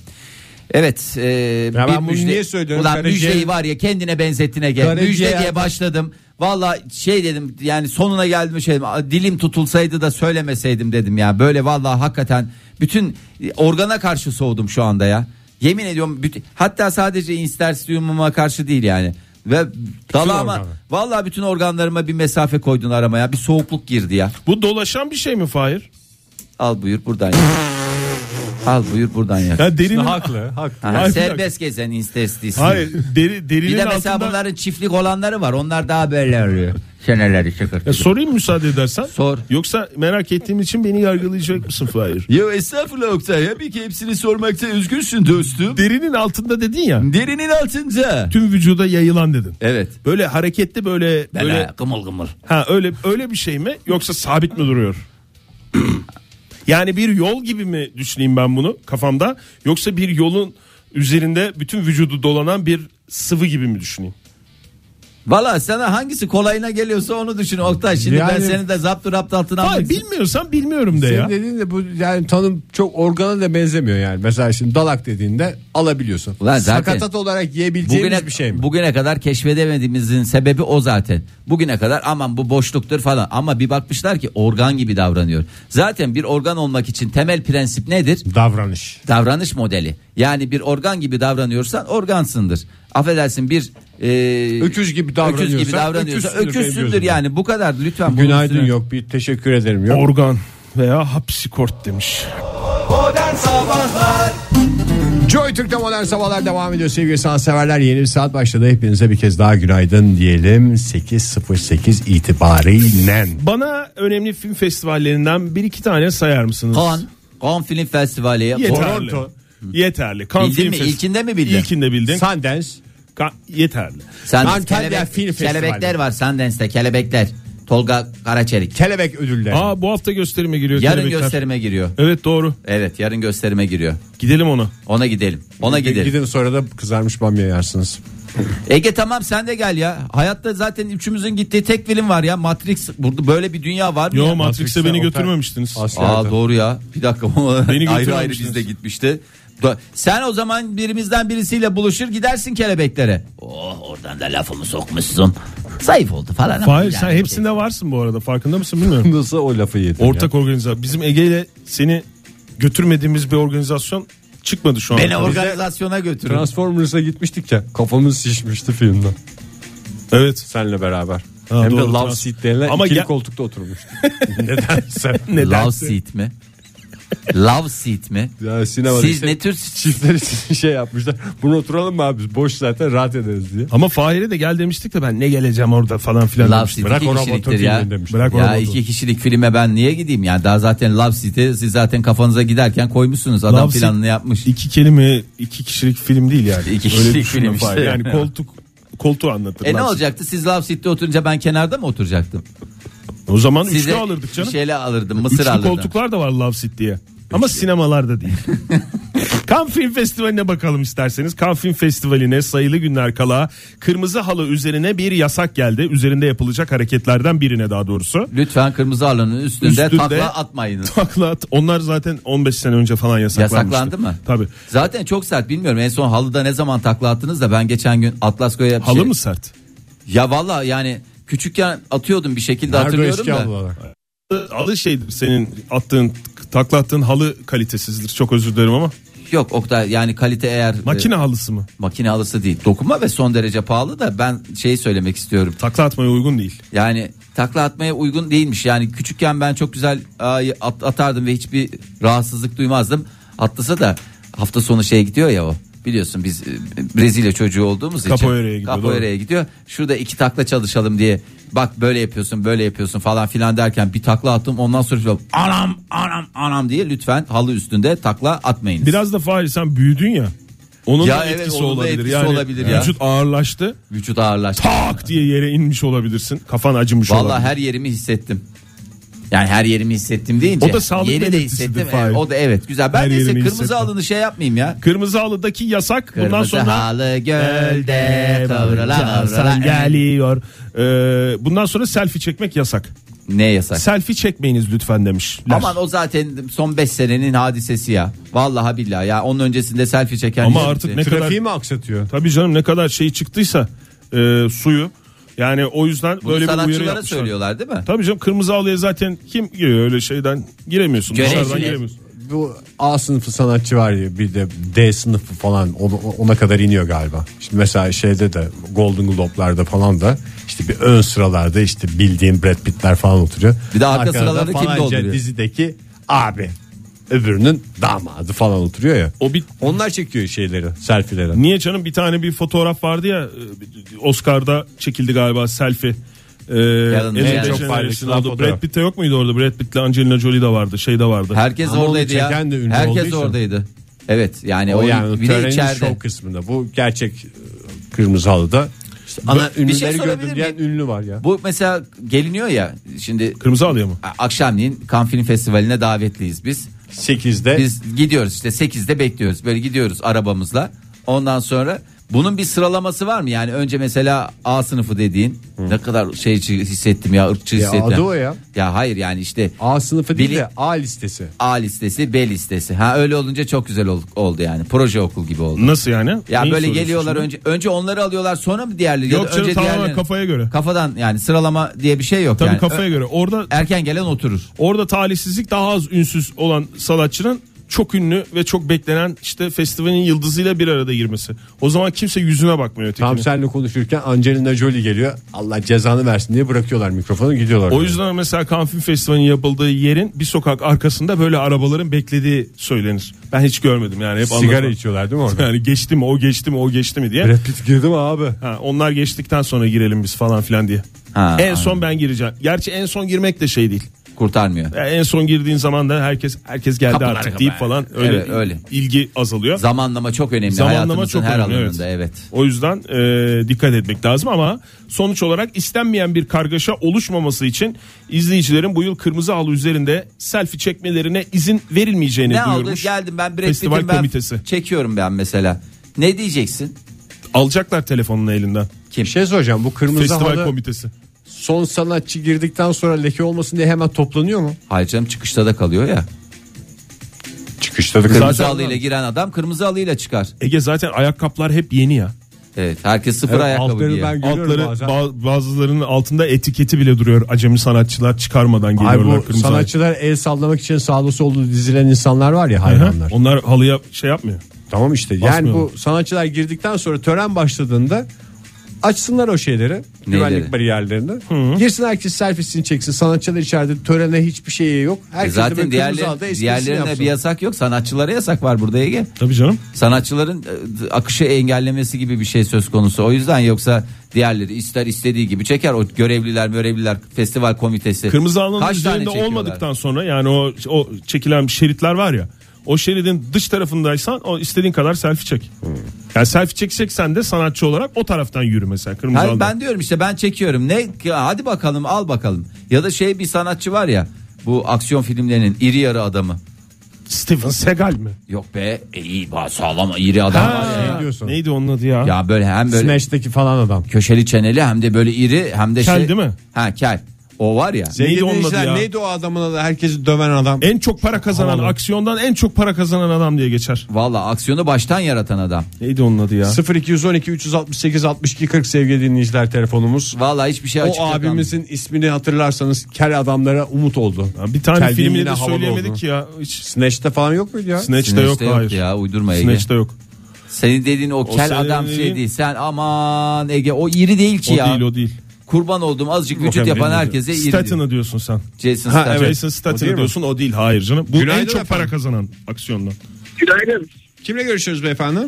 Evet. E, ben bunu niye söylüyorum? Ulan Karaciğer- müjdeyi var ya kendine benzetine gel. Karaciğer- Müjde diye başladım. Valla şey dedim yani sonuna geldim şey dedim, "Aa, dilim tutulsaydı da söylemeseydim dedim ya. Böyle valla hakikaten bütün e, organa karşı soğudum şu anda ya. Yemin ediyorum bütün- hatta sadece interstitiumuma karşı değil yani. Ve dalağıma organa. valla bütün organlarıma bir mesafe koydun aramaya. Bir soğukluk girdi ya. Bu dolaşan bir şey mi Fahir? Al buyur buradan yak. Al buyur buradan yak. Ya derinin, Haklı haklı. Aha, Hayır, bir serbest gezen interstisyum. hayır, deri, derinin Bir de mesela altında... bunların çiftlik olanları var. Onlar daha böyle oluyor. Seneleri Ya çıkır. sorayım müsaade edersen. Sor. Yoksa merak ettiğim için beni yargılayacak mısın Fahir? Ya estağfurullah Oktay. Tabii ki hepsini sormakta üzgünsün dostum. Derinin altında dedin ya. Derinin altında. Tüm vücuda yayılan dedin. Evet. Böyle hareketli böyle Ben böyle ha, gımıl gımıl. ha öyle öyle bir şey mi yoksa sabit mi duruyor? yani bir yol gibi mi düşüneyim ben bunu kafamda yoksa bir yolun üzerinde bütün vücudu dolanan bir sıvı gibi mi düşüneyim? Valla sana hangisi kolayına geliyorsa onu düşün Oktay. Şimdi ben Yani- seni de zaptı rapt altına Hayır almak bilmiyorsan bilmiyorum de Senin ya. dediğin de bu yani tanım çok organa da benzemiyor yani. Mesela şimdi dalak dediğinde alabiliyorsun. Ulan zaten- Sakatat olarak yiyebileceğimiz Bugüne, bir şey mi? bugüne kadar keşfedemediğimizin sebebi o zaten. Bugüne kadar aman bu boşluktur falan ama bir bakmışlar ki organ gibi davranıyor. Zaten bir organ olmak için temel prensip nedir? Davranış. Davranış modeli. Yani bir organ gibi davranıyorsan organsındır. Affedersin bir e, Öküz gibi davranıyorsan öküz gibi davranıyorsa öküzdür benim öküzsündür gözümde. yani. Bu kadar lütfen. bunun Günaydın üstüne- yok bir teşekkür ederim yok. Organ veya hapsikort demiş. Modern Sabahlar Joy Türk'te modern sabahlar devam ediyor sevgili sanatseverler. Yeni bir saat başladı. Hepinize bir kez daha günaydın diyelim. 8.08 itibariyle. Bana önemli film festivallerinden bir iki tane sayar mısınız? Kan, Kan Film Festivali. Yeterli. Toronto. Yeterli. Kan Bildin Film mi? Festi- İlkinde mi bildin? İlkinde bildin. Sundance. Ka- yeterli. Sen Antalya kelebek, Film Festivali. kelebekler var Sundance'te kelebekler. Tolga Karaçelik. Kelebek ödülleri. Aa bu hafta gösterime giriyor. Yarın kelebekler. gösterime giriyor. Evet doğru. Evet yarın gösterime giriyor. Gidelim ona. Ona gidelim. Ona gidelim. Gidin sonra da kızarmış bamya yersiniz. Ege tamam sen de gel ya. Hayatta zaten üçümüzün gittiği tek film var ya. Matrix. Burada böyle bir dünya var mı? Yo ya? Matrix'e beni götürmemiştiniz. Aa doğru ya. Bir dakika. Beni ayrı ayrı biz götürmemiştiniz. de gitmişti. Da- Sen o zaman birimizden birisiyle buluşur gidersin kelebeklere. Oh oradan da lafımı sokmuşsun. Zayıf oldu falan. ama Hayır yani- sen hepsinde varsın bu arada farkında mısın bilmiyorum. Nasıl o lafı yedin Ortak organizasyon. Bizim Ege ile seni götürmediğimiz bir organizasyon çıkmadı şu an. Beni organizasyona götürün. Transformers'a gitmiştik ya kafamız şişmişti filmden. Evet. Senle beraber. Ha, Hem de doğru, Love trans- Seat denilen Ama ikili ya- koltukta oturmuştuk. Nedense. Love seat mi? Love seat mi? Ya sinemada Siz işte ne tür çiftler için şey yapmışlar. Bunu oturalım mı abi biz boş zaten rahat ederiz diye. Ama Fahir'e de gel demiştik de ben ne geleceğim orada falan filan Love demiştim. City Bırak iki o kişiliktir robotu ya. filmin demiştim. Bırak o ya robotu. iki kişilik filme ben niye gideyim yani daha zaten Love City siz zaten kafanıza giderken koymuşsunuz adam Love City- planını yapmış. İki kelime iki kişilik film değil yani. İki kişilik Öyle düşünme film işte. Fahir. Yani koltuk koltuğu anlatır. E Love ne City. olacaktı siz Love City'de oturunca ben kenarda mı oturacaktım? O zaman Size üçlü alırdık canım. Bir şeyle alırdım mısır Üçlü alırdım. koltuklar da var Love City'ye. Ama sinemalarda değil. Cannes Film Festivali'ne bakalım isterseniz. Cannes Film Festivali'ne sayılı günler kala kırmızı halı üzerine bir yasak geldi. Üzerinde yapılacak hareketlerden birine daha doğrusu. Lütfen kırmızı halının üstünde, Üstünde- takla atmayın. Takla at- Onlar zaten 15 sene önce falan yasaklanmıştı. Yasaklandı mı? Tabii. Zaten çok sert bilmiyorum. En son halıda ne zaman takla attınız da ben geçen gün Atlas Goya bir Halı şey- mı sert? Ya valla yani küçükken atıyordum bir şekilde hatırlıyorum eski da. ablalar. Halı şeydir senin attığın takla attığın halı kalitesizdir. Çok özür dilerim ama. Yok Oktay yani kalite eğer Makine halısı mı? e, makine halısı değil. Dokunma ve son derece pahalı da ben şeyi söylemek istiyorum. Takla atmaya uygun değil. Yani takla atmaya uygun değilmiş. Yani küçükken ben çok güzel ay, at- atardım ve hiçbir rahatsızlık duymazdım. Atlasa da hafta sonu şeye gidiyor ya o. Biliyorsun biz e, Brezilya çocuğu olduğumuz için. Capoeira'ya gidiyor, Capoeira'ya gidiyor. Şurada iki takla çalışalım diye. Bak böyle yapıyorsun böyle yapıyorsun falan filan derken bir takla attım. Ondan sonra şöyle, anam anam anam diye lütfen halı üstünde takla atmayın. Biraz da Fahri sen büyüdün ya. Onun Ya da evet, etkisi onun da olabilir. etkisi yani olabilir ya. Vücut ağırlaştı. Vücut ağırlaştı. Tak diye yere inmiş olabilirsin. Kafan acımış Vallahi olabilir. her yerimi hissettim. Yani her yerimi hissettim deyince. O da sağlık yeri de belirtisidir hissettim. Fahir. Evet, o da evet güzel. Ben Her neyse yerini kırmızı hissettim. alını şey yapmayayım ya. Kırmızı halıdaki yasak. Bundan Kırmızı sonra halı gölde kavrala Hasan kavrala. geliyor. Ee, bundan sonra selfie çekmek yasak. Ne yasak? Selfie çekmeyiniz lütfen demiş. Aman o zaten son 5 senenin hadisesi ya. Vallahi billahi ya. Onun öncesinde selfie çeken Ama yüzümüzü- artık ne kadar Trafiği mi aksatıyor? tabii canım ne kadar şey çıktıysa e, suyu yani o yüzden Bunu böyle bir uyarı sanatçılara yapmışlar. söylüyorlar değil mi? Tabii canım kırmızı halıya zaten kim giriyor öyle şeyden giremiyorsun. Göreceli. Dışarıdan giremiyorsun. Bu A sınıfı sanatçı var ya bir de D sınıfı falan ona, ona kadar iniyor galiba. Şimdi mesela şeyde de Golden Globe'larda falan da işte bir ön sıralarda işte bildiğim Brad Pitt'ler falan oturuyor. Bir de arka Arkada sıralarda kim falanca dolduruyor? Dizideki abi öbürünün damadı falan oturuyor ya. O bir Onlar çekiyor şeyleri, selfie'leri. Niye canım bir tane bir fotoğraf vardı ya e, Oscar'da çekildi galiba selfie. Ee, Bey'in en çok çok paylaşılan oldu. fotoğraf. Brad Pitt'te yok muydu orada? Brad Pitt'le Angelina Jolie de vardı. Şey de vardı. Herkes Ama onu oradaydı ya. çeken de ünlü olduğu Herkes için. oradaydı. Evet yani O o, yani bir de törenin içeride. şov kısmında. Bu gerçek e, kırmızı halıda. İşte ana- bir şey ünlüleri sorabilir gördüm diyen ünlü var ya. Bu mesela geliniyor ya şimdi Kırmızı alıyor mu? akşamleyin Cannes Film Festivali'ne davetliyiz biz. 8'de Biz gidiyoruz işte 8'de bekliyoruz. Böyle gidiyoruz arabamızla. Ondan sonra bunun bir sıralaması var mı? Yani önce mesela A sınıfı dediğin ne kadar şey hissettim ya ırkçı Ya hissettim. adı o ya. Ya hayır yani işte A sınıfı değil Bili- de A listesi. A listesi B listesi. Ha öyle olunca çok güzel ol- oldu yani. Proje okul gibi oldu. Nasıl yani? Ya Neyi böyle soruyorsun geliyorlar şimdi? önce önce onları alıyorlar sonra mı diğerleri? Ya da Yok canım, önce tamamen diğerlerini- kafaya göre. Kafadan yani sıralama diye bir şey yok Tabii yani. kafaya Ö- göre. Orada Erken gelen oturur. orada talihsizlik daha az ünsüz olan sanatçının çok ünlü ve çok beklenen işte festivalin yıldızıyla bir arada girmesi. O zaman kimse yüzüne bakmıyor Tam ötekine. senle konuşurken Angelina Jolie geliyor. Allah cezanı versin diye bırakıyorlar mikrofonu gidiyorlar. O yüzden mesela Cannes Film Festivali'nin yapıldığı yerin bir sokak arkasında böyle arabaların beklediği söylenir. Ben hiç görmedim yani hep sigara anlatan. içiyorlar değil mi orada? Yani geçti mi o geçti mi o geçti mi diye. Brad Pitt girdi mi abi? Ha, onlar geçtikten sonra girelim biz falan filan diye. Ha, en son ben gireceğim. Gerçi en son girmek de şey değil. Kurtarmıyor. Yani en son girdiğin zaman da herkes herkes geldi Kapılar artık kapalı. deyip falan öyle, Evet, öyle. ilgi azalıyor. Zamanlama çok önemli Zamanlama hayatımızın çok her önemli. alanında evet. O yüzden e, dikkat etmek lazım ama sonuç olarak istenmeyen bir kargaşa oluşmaması için izleyicilerin bu yıl kırmızı halı üzerinde selfie çekmelerine izin verilmeyeceğini Ne oldu? duyurmuş. Geldim ben Brad Festival Pitt'im ben komitesi. çekiyorum ben mesela. Ne diyeceksin? Alacaklar telefonunu elinden. Bir şey soracağım bu kırmızı Festival halı komitesi. son sanatçı girdikten sonra leke olmasın diye hemen toplanıyor mu? Hayır canım çıkışta da kalıyor ya. Çıkışta da Kırmızı Zaten- halıyla giren adam kırmızı halıyla çıkar. Ege zaten ayakkabılar hep yeni ya. Evet herkes sıfır Evet, ayakkabı altları giyer. E ben- Görüyorum Altları bazen. ba- bazılarının altında etiketi bile duruyor. Acemi sanatçılar çıkarmadan Ay geliyorlar bu kırmızı sanatçılar el sallamak için sağlı sollu dizilen insanlar var ya ayağı. Hı hı. hayvanlar. Onlar halıya şey yapmıyor. Tamam işte yani Basmıyorlar. bu sanatçılar girdikten sonra tören başladığında açsınlar o şeyleri güvenlik bariyerlerini. Girsin herkes selfiesini çeksin. Sanatçılar içeride törene hiçbir şeyi yok. E Herkes zaten diğerleri, diğerleri, diğerlerine bir yasak yok. Sanatçılara yasak var burada Ege. Tabii canım. Sanatçıların e, akışı engellemesi gibi bir şey söz konusu. O yüzden yoksa diğerleri ister istediği gibi çeker. O görevliler, görevliler, festival komitesi. Kırmızı alanın Kaç tane üzerinde çekiyorlar? olmadıktan sonra yani o o çekilen şeritler var ya. O şeridin dış tarafındaysan o istediğin kadar selfie çek. Yani selfie çekeceksen de sanatçı olarak o taraftan yürü mesela kırmızı Hayır, alanda. ben diyorum işte ben çekiyorum. Ne ya hadi bakalım al bakalım. Ya da şey bir sanatçı var ya bu aksiyon filmlerinin iri yarı adamı. Steven Seagal mi? Yok be e, iyi ba- sağlam iri adam var ya. Ha, diyorsun? Neydi onun adı ya? Ya böyle hem böyle Smash'teki falan adam. köşeli çeneli hem de böyle iri hem de Kel şey. değil mi? Ha kel. O var ya. Neydi onun adı Dinleyiciler, ya? E, Neydi o adamın adı? Herkesi döven adam. En çok para kazanan aksiyondan en çok para kazanan adam diye geçer. Valla aksiyonu baştan yaratan adam. Neydi onun adı ya? 0212 368 62 40 sevgili dinleyiciler telefonumuz. Valla hiçbir şey açık O yok abimizin ismini hatırlarsanız kel adamlara umut oldu. Bir tane Kel filmini yine de havalı söyleyemedik oldu. ya. Hiç Snatch'te falan yok muydu ya? Snatch'te Snatch'te yok, yok hayır. ya, uydurma Ege. Snatch'te yok. Senin dediğin o senin kel adam dediğin- şey değil. Sen aman Ege o iri değil ki O ya. değil o değil. Kurban oldum azıcık vücut yapan herkese iri. değil. Statton'ı diyorsun sen. Jason Ha, Statham. evet. Jason O değil Statton'ı mi? diyorsun o değil hayır canım. Bu Günaydın en çok para efendim. kazanan aksiyondan. Günaydın. Kimle görüşüyoruz beyefendi?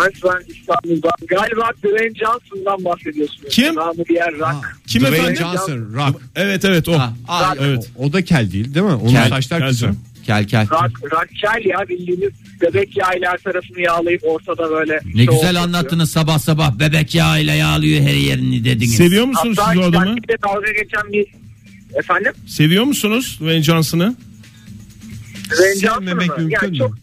Evet ben İstanbul'dan. Galiba Dwayne Johnson'dan bahsediyorsunuz. Kim? Namı diğer rock. Kim Dwayne efendim? Johnson, Rock. Evet evet o. Ha, al. Evet. O da kel değil değil mi? Onun Kel, saçlar kel kısa. canım. Kel kel. Rock, rock kel ya bildiğiniz bebek yağıyla her tarafını yağlayıp ortada böyle. Ne işte güzel ortada. anlattınız sabah sabah bebek yağıyla yağlıyor her yerini dediniz. Seviyor musunuz Hatta siz o adamı? şarkıyla dalga geçen bir efendim Seviyor musunuz Dwayne Johnson'ı? Dwayne Johnson Sevmemek mı? mümkün Yani mü? çok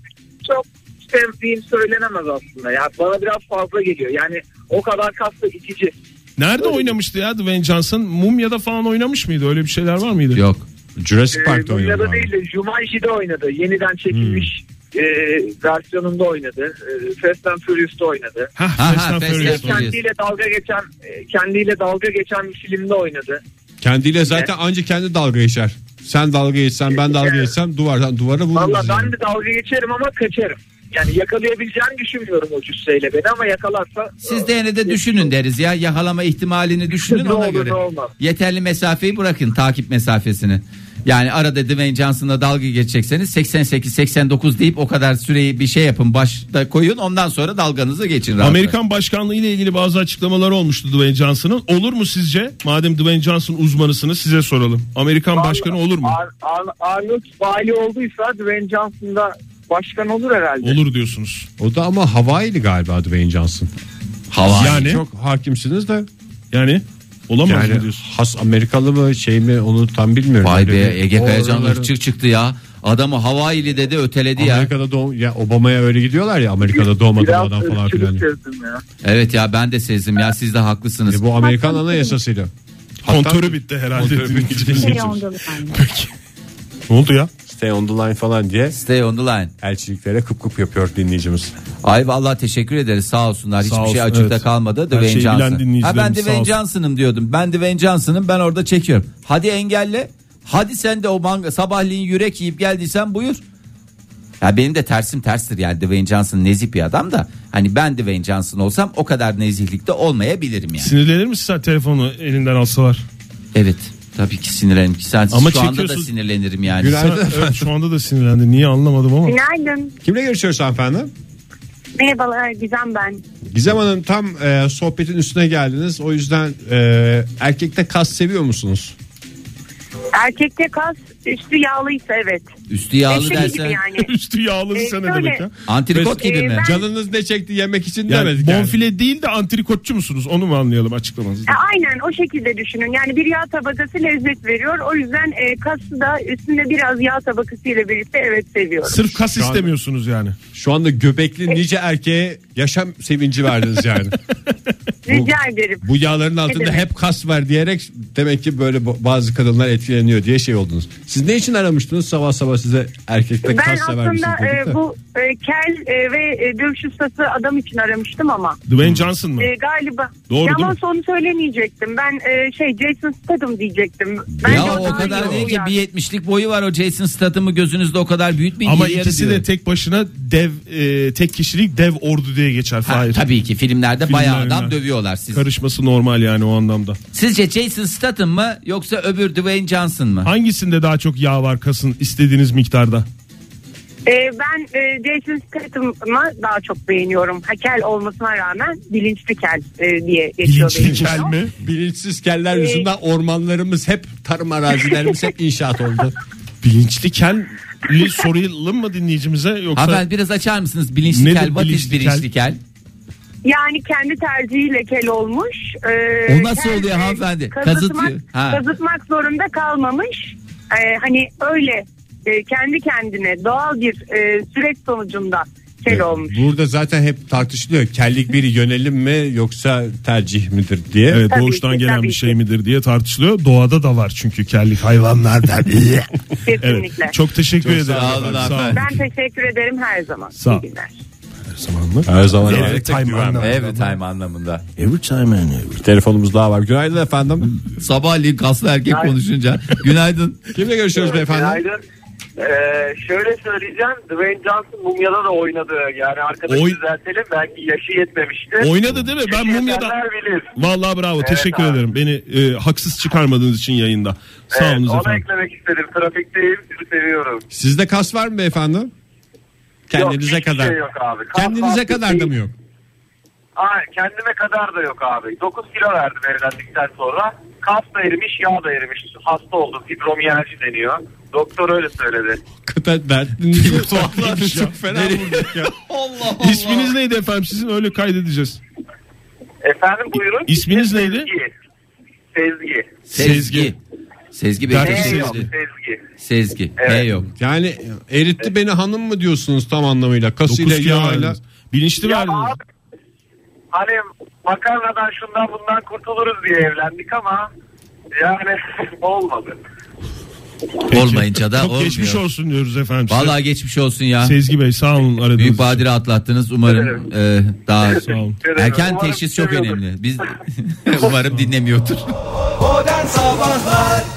çok sevdiğim söylenemez aslında. Ya bana biraz fazla geliyor. Yani o kadar kaslı itici. Nerede oynamıştı ya Dwayne Johnson? Mumya'da falan oynamış mıydı? Öyle bir şeyler var mıydı? Yok. Jurassic Ee, Park'ta oynuyor. Dünyada abi. değil de Jumanji'de oynadı. Yeniden çekilmiş e, versiyonunda oynadı. E, Fast and Furious'ta oynadı. Ha, Ha, Fast ha, and Fast Furious. and- Kendiyle dalga geçen e, kendiyle dalga geçen bir filmde oynadı. Kendiyle zaten anca kendi dalga geçer. Sen dalga geçsen ben dalga geçsem duvardan duvara vururuz. Valla yani. ben de dalga geçerim ama kaçarım. Yani yakalayabileceğini düşünmüyorum o cüsseyle beni ama yakalarsa e, Siz de yine de düşünün deriz ya. Yakalama ihtimalini düşünün Ne ona olur, göre. ne olmaz. Yeterli mesafeyi bırakın takip mesafesini. Yani arada Dwayne Johnson'la dalga geçecekseniz 88-89 deyip o kadar süreyi bir şey yapın başta koyun ondan sonra dalganızı geçin. rahat bırakın. Amerikan başkanlığı ile ilgili bazı açıklamalar olmuştu Dwayne Johnson'ın. Olur mu sizce? Madem Dwayne Johnson uzmanısınız size soralım. Amerikan başkanı olur mu? Ar- Ar- Arnold vali olduysa Dwayne Johnson da başkan olur herhalde. Olur diyorsunuz. O da ama Hawaii'li galiba Dwayne Johnson. Hava. Yani Çok hakimsiniz de. yani olamaz mı Yani diyorsun? has Amerikalı mı şey mi onu tam bilmiyorum. Vay Öyle be bir- Ege O Kayacan oraları- ırkçı çıktı ya. Adamı Havaili dedi öteledi ya. Amerika'da doğum ya Obama'ya öyle gidiyorlar ya Amerika'da doğmadı bu Biraz adam falan ırkçılık filan. sezdim ya. Evet ya ben de sezdim ya siz de haklısınız. E bu Amerikan anayasasıyla. Kontörü bitti herhalde. ne oldu ya? Stay on the line falan diye Stay on the line. elçiliklere kıp kıp yapıyor dinleyicimiz. Ay vallahi teşekkür ederiz sağ olsunlar. Hiçbir olsun, şey açıkta evet. kalmadı. Her Dwayne şeyi bilen Johnson. Ha ben dinleyicilerimiz sağ Dwayne olsun. Johnson'ım diyordum. Ben Dwayne Johnson'ım ben orada çekiyorum. Hadi engelle. Hadi sen de o manga sabahleyin yürek yiyip geldiysen buyur. Ya benim de tersim terstir yani Dwayne Johnson nezih bir adam da. Hani ben Dwayne Johnson olsam o kadar nezihlikte olmayabilirim yani. Sinirlenir misin sen telefonu elinden alsalar? Evet tabii ki sinirlenirim. Sen Ama şu anda da çekiyorsun. sinirlenirim yani. Sen, evet, şu anda da sinirlendi. Niye anlamadım ama. Günaydın. Kimle görüşüyoruz hanımefendi? Merhabalar Gizem ben. Gizem Hanım tam e, sohbetin üstüne geldiniz. O yüzden e, erkekte kas seviyor musunuz? Erkekte kas üstü yağlıysa evet. Üstü yağlı Eşek dersen gibi yani. Üstü yağlı E, sen ne şöyle- demek ya? antrikot gibi Ee, mi? ben- Canınız ne çekti yemek için Yani demedik yani. bonfile değil de antrikotçu musunuz? Onu mu anlayalım açıklamanızda? E, aynen o şekilde düşünün. Yani bir yağ tabakası lezzet veriyor. O yüzden e, kası da üstünde biraz yağ tabakası ile birlikte evet seviyorum. Sırf kas Şu an- istemiyorsunuz yani. Şu anda göbekli nice erkeğe yaşam sevinci verdiniz yani. Rica ederim. Bu yağların altında demek? hep kas var diyerek demek ki böyle ba- bazı kadınlar etkileniyor diye şey oldunuz. Siz ne için aramıştınız sabah sabah size erkekte Ben kas sever şey misiniz? aslında dedik e, de. bu e, kel e, ve e, dövüş ustası adam için aramıştım ama Dwayne Johnson mı? e, galiba Doğru, değil yalan mi? sonu söylemeyecektim. Ben e, şey Jason Statham diyecektim. Bence ya o daha kadar iyi değil ki uyar. bir yetmişlik boyu var o Jason Statham'ı gözünüzde o kadar büyütmeyin. Ama iri yarı ikisi diyorum. de tek başına dev e, tek kişilik dev ordu diye geçer. Ha, Hayır. tabii ki filmlerde bayağı adam Filmlerine. dövüyorlar siz. Karışması normal yani o anlamda. Sizce Jason Statham mı yoksa öbür Dwayne Johnson mı? Hangisinde daha çok yağ var kasın istediğiniz miktarda? Ee, ben e, Jason Statham'ı daha çok beğeniyorum. Ha, kel olmasına rağmen bilinçli kel e, diye geçiyor. Bilinçli benim için kel o. mi? Bilinçsiz keller e, yüzünden ormanlarımız hep tarım arazilerimiz hep inşaat oldu. Bilinçli kelli soralım mı dinleyicimize yoksa Hanımefendi biraz açar mısınız bilinçli Nedir kel? What is bilinçli kel? bilinçli kel? Yani kendi tercihiyle kel olmuş. Ee, O nasıl kel, oluyor e, hanımefendi? Kazıtmak, Kazıtıyor. Ha. kazıtmak zorunda kalmamış. Ee, hani öyle e, kendi kendine doğal bir e, süreç sonucunda kel olmuş. Burada zaten hep tartışılıyor. Kellik bir yönelim mi yoksa tercih midir diye. Evet Tabii doğuştan ki, gelen tabii bir şey ki. midir diye tartışılıyor. Doğada da var çünkü kellik hayvanlarda. evet. Kesinlikle. Çok teşekkür ederim. sağ olun Sağ hanımefendi. Ben teşekkür ederim her zaman. Sağ ol. İyi günler. Her zaman Every time anlamında. Every time anlamında. Bir telefonumuz daha var. Günaydın efendim. Sabahleyin kaslı erkek konuşunca. Günaydın. Kimle görüşüyoruz beyefendi? Günaydın. Ee, şöyle söyleyeceğim Dwayne Johnson Mumya'da da oynadı yani arkadaş Oy- düzeltelim belki yaşı yetmemiştir. Oynadı değil mi? Ben Yaşı Mumya'da- yetenler bilir. Vallahi bravo. teşekkür abi. ederim. Beni e, haksız çıkarmadığınız için yayında. Sağ Evet, olunuz onu efendim. eklemek istedim trafikteyim sizi seviyorum. Sizde kas var mı beyefendi? Kendinize hiçbir kadar. şey yok abi. Kas şey Kendinize farkı kadar da değil. mı yok? Aa, kendime kadar da yok abi. 9 kilo verdim evlendikten sonra. Kas da erimiş, yağ da erimiş. Hasta oldum. Fibromiyalji deniyor. Doktor öyle söyledi. Kıta dertli. şey. Çok fena vurduk ya. İsminiz neydi efendim? Sizin öyle kaydedeceğiz. Efendim buyurun. İsminiz neydi? Sezgi. Sezgi. Sezgi. Sezgi Bey. Dertli Ne Sezgi. yok Sezgi. Sezgi. Sezgi. Evet. Ne yok. Yani eritti beni hanım mı diyorsunuz tam anlamıyla? Kasıyla 9 kilo yağıyla. verdiniz. Bilinçli Ya verdiniz. abi, hani makarnadan şundan bundan kurtuluruz diye evlendik ama yani olmadı. Olmayınca da Çok olmuyor. geçmiş olsun diyoruz efendim. size. Vallahi geçmiş olsun ya. Sezgi Bey sağ olun aradığınız Büyük için. badire atlattınız umarım e, daha olun. erken Umarım teşhis çok seviyordur. önemli. Biz umarım dinlemiyordur. Modern Sabahlar